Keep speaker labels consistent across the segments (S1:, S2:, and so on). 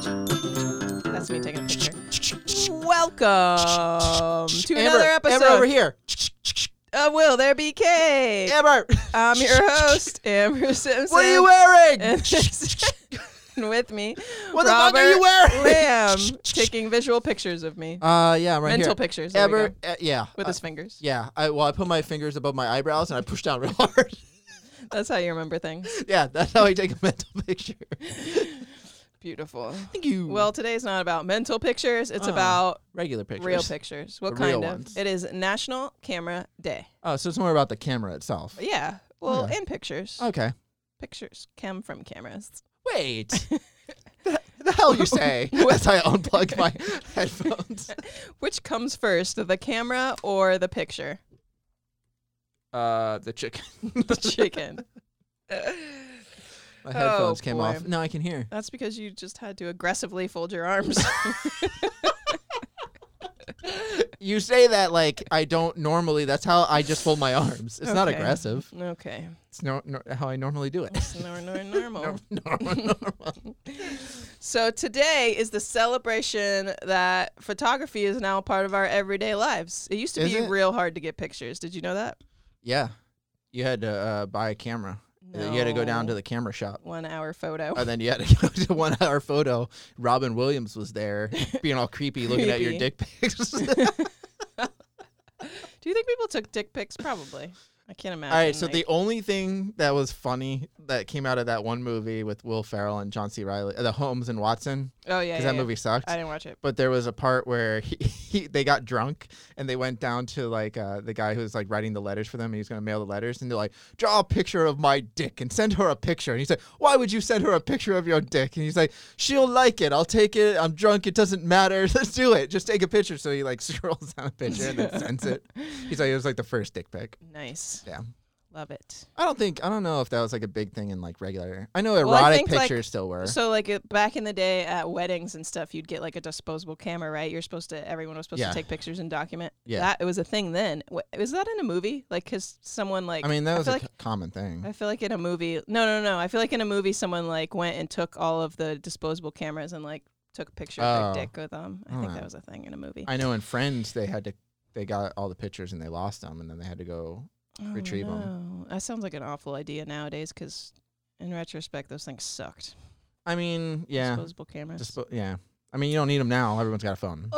S1: That's me taking a picture. Welcome to
S2: Amber,
S1: another episode
S2: Amber over here.
S1: of Will There Be Cake.
S2: Amber,
S1: I'm your host, Amber Simpson.
S2: what are you wearing?
S1: And this- and with me,
S2: What the fuck are you
S1: Robert
S2: wearing?
S1: Lamb taking visual pictures of me
S2: uh, yeah, I'm right
S1: Mental
S2: here.
S1: pictures, there we
S2: Amber, uh, yeah,
S1: with
S2: uh,
S1: his fingers.
S2: yeah. I, well, I put my fingers above my eyebrows and I push down real hard.
S1: That's how you remember things.
S2: yeah, that's how I take a mental picture.
S1: Beautiful.
S2: Thank you.
S1: Well, today's not about mental pictures. It's
S2: Uh,
S1: about
S2: regular pictures.
S1: real pictures. What
S2: The real
S1: kind of?
S2: ones.
S1: It is National Camera Day.
S2: Oh, so it's more about the camera itself.
S1: Yeah. Well,
S2: Okay.
S1: in pictures.
S2: Okay.
S1: Pictures. Cam from cameras.
S2: Wait. the, the hell you say? As I unplug my headphones.
S1: Which comes first, the camera or the picture?
S2: Uh, the chicken.
S1: The chicken.
S2: my headphones
S1: Oh,
S2: came
S1: boy.
S2: off. Now I can hear.
S1: That's because you just had to aggressively fold your arms.
S2: You say that like I don't normally. That's how I just fold my arms. It's not
S1: Okay.
S2: aggressive.
S1: okay.
S2: It's no, no, how I normally do it.
S1: It's nor- nor- normal.
S2: Normal, normal.
S1: So today is the celebration that photography is now a part of our everyday lives. It used to
S2: Is
S1: be
S2: it?
S1: real hard to get pictures. Did you know that?
S2: yeah, you had to uh, buy a camera. You had to go down to the camera shop.
S1: One hour photo.
S2: And then you had to go to one hour photo. Robin Williams was there being all creepy looking at your
S1: Creepy.
S2: dick pics.
S1: Do you think people took dick pics? Probably. I can't imagine.
S2: All right, so
S1: like-
S2: the only thing that was funny that came out of that one movie with Will Ferrell and John C. Riley, the Holmes and Watson,
S1: oh yeah,
S2: because
S1: yeah,
S2: that
S1: yeah.
S2: movie sucked.
S1: I didn't watch it.
S2: but there was a part where he, he they got drunk and they went down to like uh, the guy who was like writing the letters for them and he was going to mail the letters and they're like draw a picture of my dick and send her a picture and he said why would you send her a picture of your dick and he's like she'll like it i'll take it i'm drunk it doesn't matter let's do it just take a picture so he like scrolls down a picture and then sends it he's like it was like the first dick pic
S1: Nice.
S2: yeah
S1: Love it.
S2: i don't think i don't know if that was like a big thing in like regular i know
S1: Well, I
S2: erotic
S1: think, like,
S2: pictures still were
S1: So like it- back in the day at weddings and stuff, you'd get like a disposable camera, right? You're supposed to everyone was supposed
S2: Yeah.
S1: to take pictures and document.
S2: Yeah.
S1: that it was a thing then. Wha- Was that in a movie? Like, cause someone like
S2: i mean that was a
S1: feel like-
S2: co- common thing
S1: I feel like in a movie. No, no, no. I feel like in a movie, someone like went and took all of the disposable cameras and like took a picture of
S2: Oh.
S1: their dick with them. I
S2: I
S1: think
S2: dunno.
S1: that was a thing in a movie.
S2: I know in Friends they had to they got all the pictures and they lost them and then they had to go.
S1: Oh,
S2: retrieve 'em.
S1: no. That sounds like an awful idea nowadays, cause in retrospect, those things sucked.
S2: I mean, yeah,
S1: disposable cameras.
S2: dispo- yeah. I mean, you don't need them now. Everyone's got a phone.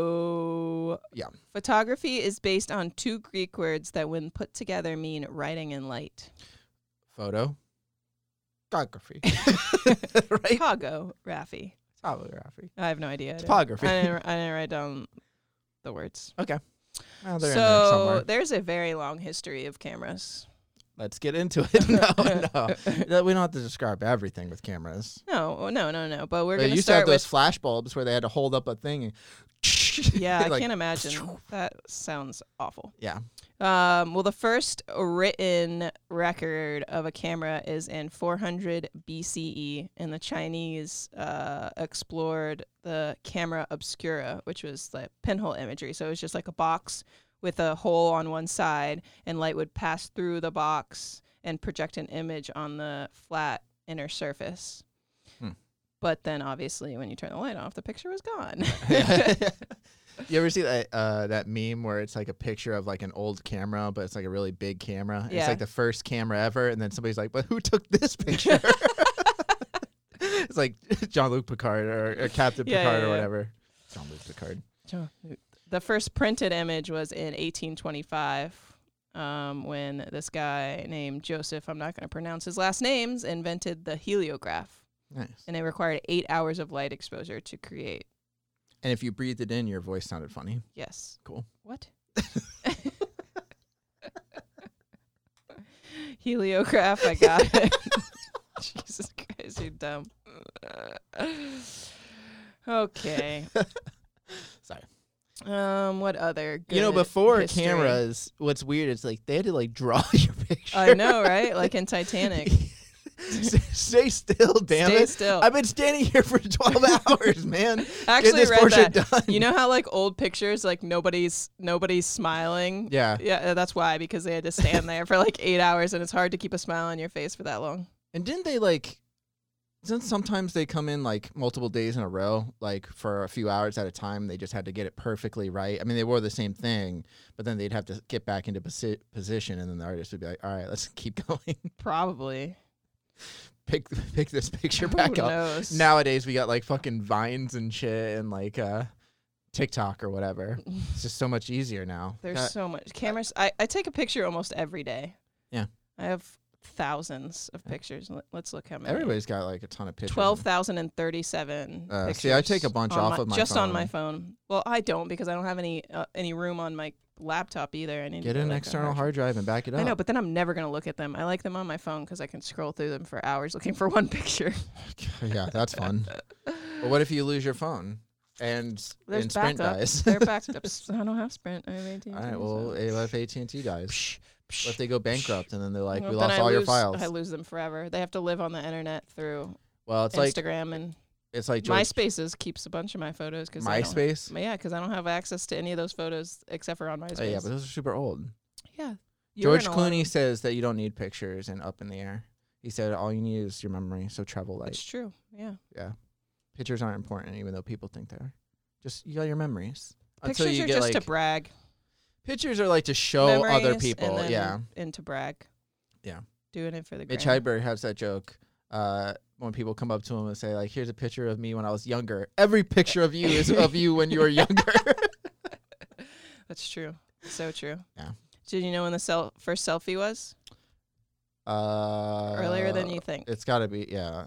S1: Oh.
S2: Yeah.
S1: Photography is based on two Greek words that, when put together, mean writing and light.
S2: Photo, photography, right?
S1: Pago, Raffi.
S2: Photography.
S1: I have no idea. I didn't-
S2: Topography.
S1: I didn't, I didn't write down the words.
S2: Well, they're in there
S1: so
S2: somewhere.
S1: there's a very long history of cameras.
S2: Let's get into it. no, no, we don't have to describe everything with cameras.
S1: No, oh, no, no, no. But we're
S2: they
S1: going to
S2: used to have
S1: start
S2: those
S1: with.
S2: flash bulbs where they had to hold up a thing. And
S1: yeah, I
S2: like,
S1: can't imagine. That sounds awful.
S2: Yeah.
S1: Um, well, the first written record of a camera is in 400 BCE, E, and the Chinese uh, explored the camera obscura, which was like pinhole imagery. So it was just like a box with a hole on one side, and light would pass through the box and project an image on the flat inner surface.
S2: Hmm.
S1: But then, obviously, when you turn the light off, the picture was gone.
S2: you ever see that uh, that meme where it's like a picture of like an old camera, but it's like a really big camera. and It's
S1: Yeah.
S2: like the first camera ever, and then somebody's like, "But who took this picture?" it's like John Luc Picard or, or Captain
S1: Yeah,
S2: Picard
S1: yeah,
S2: or
S1: yeah.
S2: whatever. John Luc Picard.
S1: the first printed image was in 1825 um, when this guy named Joseph, I'm not going to pronounce his last names, invented the heliograph.
S2: Nice.
S1: and it required eight hours of light exposure to create.
S2: And if you breathed it in, your voice sounded funny.
S1: Yes.
S2: Cool.
S1: What? Heliograph, I got it. Jesus Christ, you're dumb. okay.
S2: Sorry.
S1: Um, what other? Good
S2: you know, before
S1: history?
S2: cameras, what's weird is like they had to like draw your picture.
S1: I know, right? Like in Titanic.
S2: Stay still, damn
S1: Stay
S2: it.
S1: still.
S2: I've been standing here for 12 hours, man.
S1: I actually
S2: this
S1: read
S2: portrait
S1: that.
S2: done.
S1: You know how like old pictures, like nobody's nobody's smiling.
S2: Yeah.
S1: yeah, uh, that's why because they had to stand there for like eight hours, and it's hard to keep a smile on your face for that long.
S2: And didn't they like? Since sometimes they come in like multiple days in a row, like for a few hours at a time, they just had to get it perfectly right. I mean, they wore the same thing, but then they'd have to get back into posi- position, and then the artist would be like, "All right, let's keep going.
S1: Probably.
S2: pick pick this picture back
S1: Who
S2: up."
S1: knows?
S2: Nowadays, we got like fucking vines and shit, and like uh, TikTok or whatever. it's just so much easier now.
S1: There's
S2: Got-
S1: so much cameras. I, I take a picture almost every day.
S2: Yeah.
S1: I have thousands of pictures. Let- Let's look how many.
S2: everybody's got like a ton of pictures.
S1: Twelve thousand and thirty-seven.
S2: Uh, see, I take a
S1: pictures
S2: bunch
S1: on
S2: off of my
S1: just on my
S2: phone.
S1: phone. Well, I don't because I don't have any uh, any room on my laptop either. I need
S2: Get
S1: to
S2: an
S1: like, a
S2: external hard drive and back it up.
S1: I know, but then I'm never gonna look at them. I like them on my phone because I can scroll through them for hours looking for one picture.
S2: yeah, that's fun. But what if you lose your phone and,
S1: There's
S2: and Sprint
S1: backup.
S2: dies?
S1: They're backed up. I don't have Sprint. I have AT&T.
S2: all right,
S1: so-
S2: well, eh, what if AT and T dies? What if they go bankrupt and then they're like,
S1: Well,
S2: we
S1: then
S2: lost
S1: I
S2: all your
S1: lose-
S2: files?
S1: I lose them forever. They have to live on the internet through
S2: well, it's like
S1: Instagram and
S2: it's like George,
S1: MySpaces keeps a bunch of my photos because
S2: MySpace.
S1: Yeah, because I don't have access to any of those photos except for on
S2: Oh,
S1: MySpace.
S2: yeah, but those are super old.
S1: Yeah.
S2: George
S1: Urinal.
S2: Clooney says that you don't need pictures and up in the air. He said all you need is your memory. So travel light.
S1: It's true. Yeah.
S2: Pictures aren't important, even though people think they are. Just you got your memories. Until
S1: Pictures
S2: you
S1: are
S2: get
S1: just to
S2: like
S1: brag.
S2: pictures are like to show other
S1: Memories and
S2: people.
S1: then
S2: Yeah.
S1: And to brag.
S2: Yeah.
S1: Doing it for the
S2: Mitch
S1: gram.
S2: Hedberg has that joke uh, when people come up to him and say, like, here's a picture of me when I was younger. Every picture of you is of you when you were younger.
S1: That's true. So true.
S2: Yeah.
S1: Did you know when the sel- first selfie was?
S2: uh,
S1: Earlier than you think.
S2: It's got to be, yeah.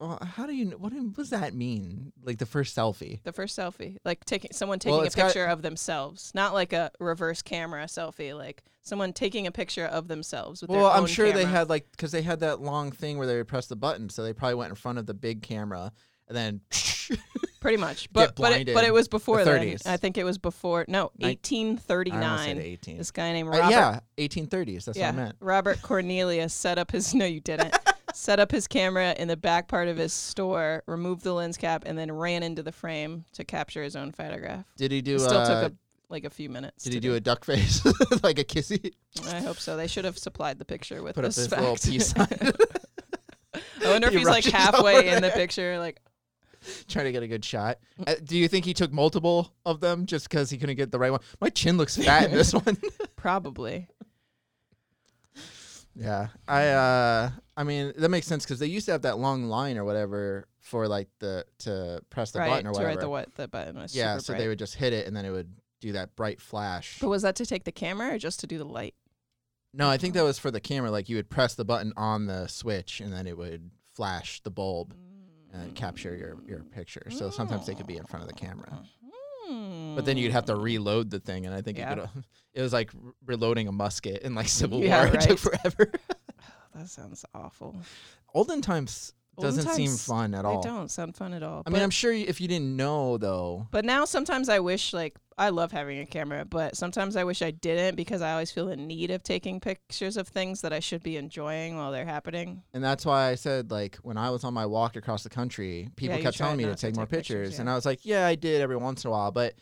S2: Well, how do you, kn- what, do- what does that mean? Like the first selfie?
S1: The first selfie, like taking someone
S2: Well,
S1: taking a
S2: it's got-
S1: picture of themselves, not like a reverse camera selfie, like someone taking a picture of themselves with
S2: Well,
S1: their
S2: I'm
S1: own
S2: sure they
S1: camera.
S2: had like, because they had that long thing where they would press the button. So they probably went in front of the big camera and then
S1: pretty much, but but it, but
S2: blinded.
S1: it was before then.
S2: 30s.
S1: I think it was before no
S2: Nin- I almost said
S1: 1839.
S2: 18.
S1: This guy named
S2: Uh,
S1: Robert.
S2: yeah, 1830s. That's
S1: yeah,
S2: what I meant.
S1: Robert Cornelius set up his no, you didn't. set up his camera in the back part of his store, removed the lens cap, and then ran into the frame to capture his own photograph.
S2: Did he do?
S1: It still
S2: uh,
S1: took a, like a few minutes.
S2: did
S1: to
S2: he do a duck face like a kissy?
S1: I hope so. They should have supplied the picture with
S2: Put
S1: this,
S2: up this little
S1: fact.
S2: peace sign.
S1: I wonder if
S2: He
S1: he's like
S2: rushes
S1: halfway
S2: over.
S1: in the picture. Like,
S2: trying to get a good shot.
S1: Mm.
S2: Uh, do you think he took multiple of them just because he couldn't get the right one? My chin looks fat in this one.
S1: probably.
S2: yeah, I. uh I mean, that makes sense because they used to have that long line or whatever for like the to press the
S1: right.
S2: button or
S1: to
S2: whatever.
S1: write the what the button was.
S2: yeah,
S1: super
S2: so
S1: bright.
S2: they would just hit it and then it would do that bright flash.
S1: But was that to take the camera or just to do the light?
S2: No, I think that was for the camera. Like you would press the button on the switch and then it would flash the bulb and capture your your picture. So sometimes they could be in front of the camera.
S1: Hmm.
S2: But then you'd have to reload the thing, and I think
S1: Mm. Yeah.
S2: it, could, it was like re- reloading a musket in like Civil
S1: Yeah,
S2: War. It took
S1: right.
S2: forever.
S1: Hmm. That sounds awful.
S2: Olden times
S1: Olden
S2: doesn't seem
S1: times,
S2: fun at
S1: They
S2: all.
S1: don't sound fun at all.
S2: I mean, I'm sure you- if you didn't know though,
S1: But now sometimes I wish like I love having a camera, but sometimes I wish I didn't because I always feel the need of taking pictures of things that I should be enjoying while they're happening.
S2: and that's why I said like when I was on my walk across the country, people
S1: Yeah, you
S2: kept telling
S1: tried
S2: me to
S1: not to
S2: take more
S1: take pictures,
S2: pictures, and
S1: yeah.
S2: I was like, yeah, I did every once in a while, but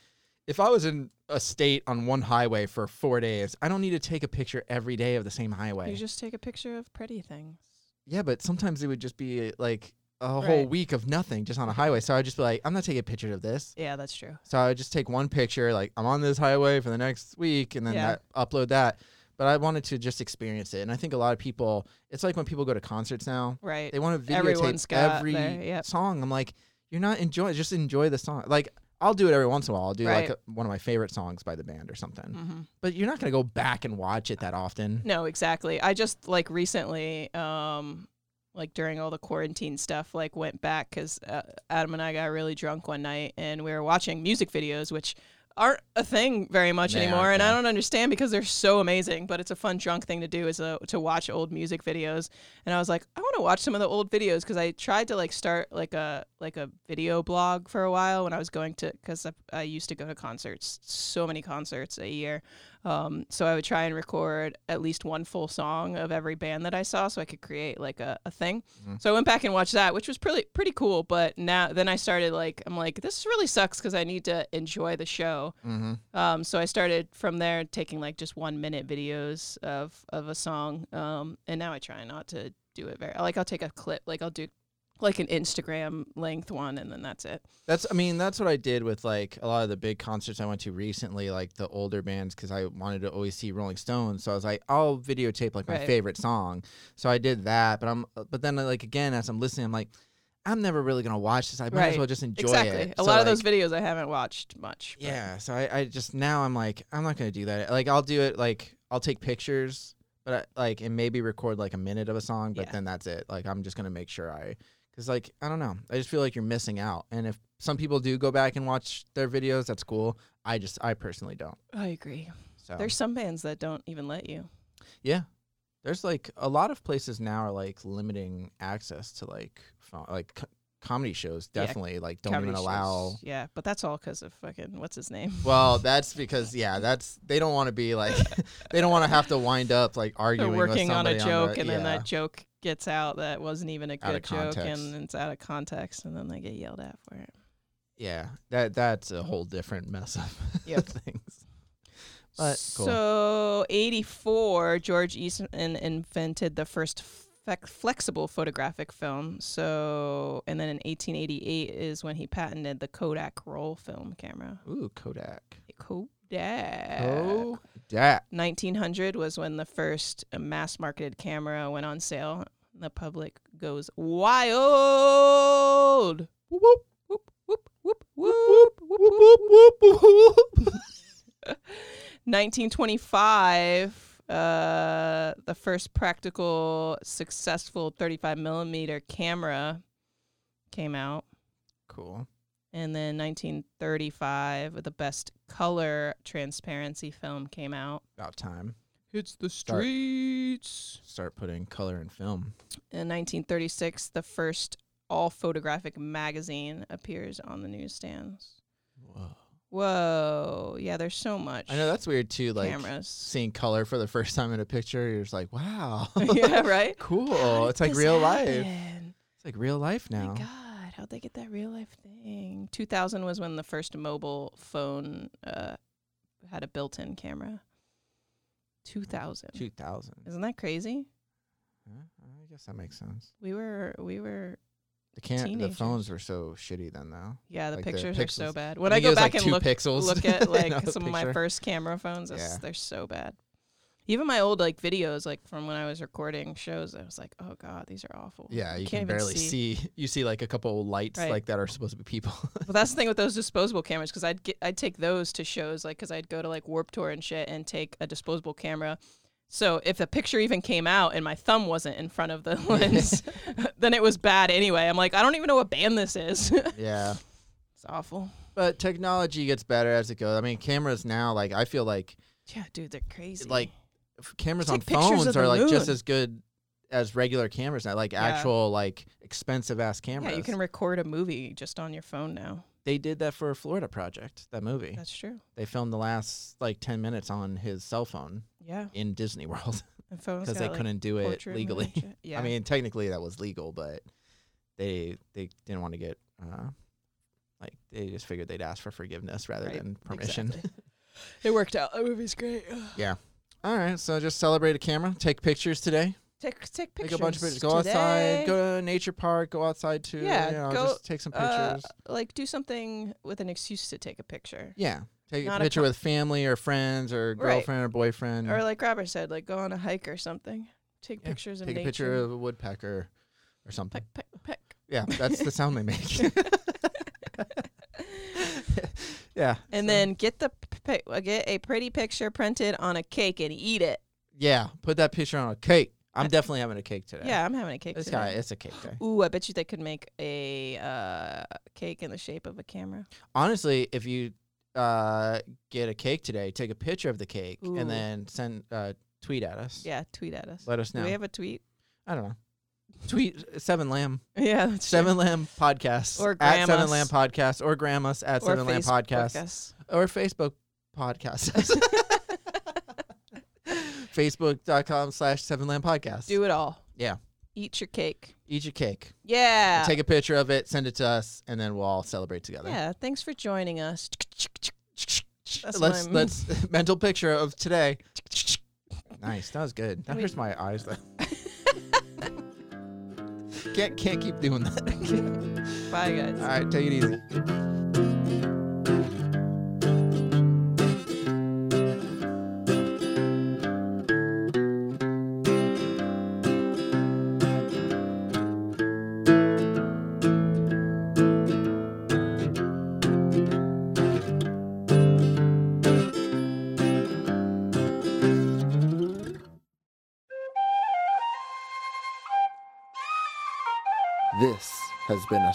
S2: if I was in a state on one highway for four days, I don't need to take a picture every day of the same highway.
S1: You just take a picture of pretty things.
S2: Yeah, but sometimes it would just be like a whole
S1: Right.
S2: week of nothing just on a highway. So I'd just be like, I'm not taking pictures of this.
S1: Yeah, that's true.
S2: So I would just take one picture, like I'm on this highway for the next week, and then
S1: Yeah.
S2: that, upload that. But I wanted to just experience it, and I think a lot of people. It's like when people go to concerts now,
S1: Right.
S2: they want to
S1: Everyone's
S2: videotape
S1: got
S2: every
S1: their- yep.
S2: song. I'm like, you're not enjoying. Just enjoy the song. Like I'll do it every once in a while. I'll do like
S1: Right.
S2: a, one of my favorite songs by the band or something.
S1: Mhm.
S2: But you're not gonna Mm. go back and watch it that often.
S1: No, exactly. I just like recently um like during all the quarantine stuff, like went back because uh, Adam and I got really drunk one night and we were watching music videos, which aren't a thing very much
S2: They
S1: anymore.
S2: aren't,
S1: And I
S2: no.
S1: don't understand because they're so amazing, but it's a fun drunk thing to do is uh to watch old music videos. And I was like, I want to watch some of the old videos because I tried to like start like a like a video blog for a while when I was going to because I, I used to go to concerts, so many concerts a year. Um, so I would try and record at least one full song of every band that I saw, so I could create like a, a thing. So I went back and watched that, which was pretty pretty cool. But now then I started like I'm like this really sucks because I need to enjoy the show.
S2: Mm-hmm.
S1: Um, so I started from there taking like just one minute videos of of a song. Um, and now I try not to do it very like I'll take a clip, like I'll do like an Instagram length one, and then that's it.
S2: That's I mean that's what I did with like a lot of the big concerts I went to recently, like the older bands, because I wanted to always see Rolling Stones. So I was like, I'll videotape like my
S1: Right.
S2: favorite song. So I did that, but I'm but then like again as I'm listening, I'm like, I'm never really gonna watch this. I might as
S1: Right.
S2: well just enjoy
S1: exactly.
S2: it.
S1: A
S2: So,
S1: lot of those
S2: like,
S1: videos I haven't watched much. but-
S2: Yeah. So I, I just now I'm like I'm not gonna do that. Like I'll do it like I'll take pictures, but I, like and maybe record like a minute of a song, but
S1: Yeah.
S2: then that's it. Like I'm just gonna make sure I because like I don't know. I just feel like you're missing out. And if some people do go back and watch their videos, that's cool. I just I personally don't.
S1: I agree.
S2: So
S1: There's some bands that don't even let you.
S2: yeah, there's like a lot of places now are like limiting access to like phone, like co- comedy shows.
S1: Yeah,
S2: Definitely like don't
S1: Comedy
S2: even
S1: shows.
S2: allow.
S1: Yeah, but that's all because of fucking what's his name.
S2: Well, that's because yeah, that's they don't want to be like they don't want to have to wind up like
S1: They're
S2: arguing with
S1: working on
S2: somebody
S1: a joke,
S2: the-
S1: and then
S2: yeah.
S1: that joke gets out that wasn't even a
S2: Out
S1: good
S2: of
S1: joke,
S2: context.
S1: and it's out of context, and then they get yelled at for it.
S2: yeah, that that's a whole different mess of
S1: Yep.
S2: things. But cool.
S1: So, 84, George Eastman invented the first fec- flexible photographic film. So, and then in 1888 is when he patented the Kodak roll film camera.
S2: Ooh, Kodak.
S1: Kodak.
S2: Kodak.
S1: 1900 was when the first mass marketed camera went on sale. The public goes wild. Whoop, whoop, whoop, whoop, whoop, whoop, whoop, whoop, whoop, whoop. 1925, uh, the first practical, successful 35 millimeter camera came out.
S2: Cool.
S1: And then 1935, the best color transparency film came out.
S2: About time.
S1: It's the
S2: Start.
S1: streets.
S2: Start putting color in film.
S1: In 1936, the first all photographic magazine appears on the newsstands.
S2: Whoa.
S1: Whoa. Yeah, there's so much.
S2: I know that's weird too. Like
S1: cameras.
S2: seeing color for the first time in a picture, you're just like, wow,
S1: yeah, right? How
S2: cool.
S1: did
S2: It's like
S1: this
S2: real life.
S1: happen?
S2: It's like real life now.
S1: My God, how'd they get that real life thing? 2000 was when the first mobile phone uh, had a built in camera. 2000.
S2: Two thousand.
S1: Isn't that crazy?
S2: I guess that makes sense.
S1: We were, we were,
S2: The can the
S1: Teenagers.
S2: phones were so shitty then though.
S1: yeah, the
S2: Like the
S1: pictures are so
S2: pixels.
S1: bad. When
S2: I
S1: I,
S2: think it
S1: go
S2: was, like,
S1: back and
S2: two
S1: look
S2: pixels
S1: look at
S2: in
S1: like
S2: a
S1: some of my
S2: picture.
S1: first camera phones. It's,
S2: Yeah.
S1: They're so bad. Even my old like videos, like from when I was recording shows, I was like, oh god, these are awful.
S2: Yeah,
S1: I
S2: you
S1: can't
S2: can
S1: even
S2: barely see. You see like a couple lights
S1: Right.
S2: like that are supposed to be people.
S1: Well, that's the thing with those disposable cameras because I'd get I'd take those to shows like because I'd go to like Warp Tour and shit and take a disposable camera. So if the picture even came out and my thumb wasn't in front of the lens, then it was bad anyway. I'm like, I don't even know what band this is. it's
S2: yeah.
S1: awful.
S2: But technology gets better as it goes. I mean, cameras now like I feel like
S1: Yeah, dude, they're crazy.
S2: Like, f- cameras
S1: Take
S2: on
S1: pictures of
S2: phones
S1: the
S2: are like just
S1: moon.
S2: as good as regular cameras now, like
S1: Yeah.
S2: actual like expensive ass cameras.
S1: yeah, you can record a movie just on your phone now.
S2: they did that for a Florida project, that movie.
S1: That's true.
S2: they filmed the last like 10 minutes on his cell phone
S1: Yeah,
S2: in Disney World
S1: and phones
S2: because they
S1: got, like,
S2: couldn't do it
S1: portrait mode and
S2: legally.
S1: shit. Yeah,
S2: I mean, technically that was legal, but they they didn't want to get uh, like they just figured they'd ask for forgiveness rather
S1: Right,
S2: than permission.
S1: exactly. it worked out. That movie's great.
S2: All right, so just celebrate a camera, take pictures today,
S1: Take take pictures.
S2: take a bunch of pictures, go
S1: today.
S2: outside, go to a nature park, go outside too.
S1: Yeah,
S2: you know,
S1: go,
S2: just take some
S1: uh,
S2: pictures.
S1: like do something with an excuse to take a picture.
S2: yeah, take a
S1: not a
S2: picture
S1: com-
S2: with family or friends or
S1: Right.
S2: girlfriend or boyfriend.
S1: Or like Robert said, like go on a hike or something. Take
S2: Mm-hmm. Yeah,
S1: pictures of
S2: take a
S1: nature.
S2: picture of a woodpecker or something.
S1: peck peck peck.
S2: Yeah, that's the sound they make. yeah,
S1: And
S2: so-
S1: then get the p- pic- uh, get a pretty picture printed on a cake and eat it.
S2: yeah, put that picture on a cake. I'm definitely having a cake today.
S1: Yeah, I'm having a cake.
S2: It's
S1: today.
S2: got it's a cake day.
S1: Ooh, I bet you they could make a uh, cake in the shape of a camera.
S2: Honestly, if you uh, get a cake today, take a picture of the cake
S1: Ooh.
S2: and then send uh, tweet at us.
S1: Yeah, tweet at us.
S2: Let us
S1: Do
S2: know.
S1: we have a tweet?
S2: I don't know. Tweet uh, Seven Lamb,
S1: Yeah, that's true.
S2: Seven Lamb Podcast,
S1: Or
S2: at Seven
S1: Grandmas.
S2: Lamb Podcast, or Grandma's at
S1: Or
S2: Seven Lamb
S1: Facebook
S2: Podcast,
S1: us.
S2: or Facebook Podcast. Facebook.com slash Seven Lamb Podcast.
S1: Do it all.
S2: Yeah.
S1: Eat your cake.
S2: Eat your cake.
S1: Yeah.
S2: Take a picture of it, send it to us, and then we'll all celebrate together.
S1: yeah. Thanks for joining us. That's what
S2: let's
S1: I'm-
S2: let's mental picture of today. nice, that was good. That
S1: We-
S2: hurts my eyes though. can't can't keep doing that.
S1: Bye, guys.
S2: All right, take it easy.
S3: This has been a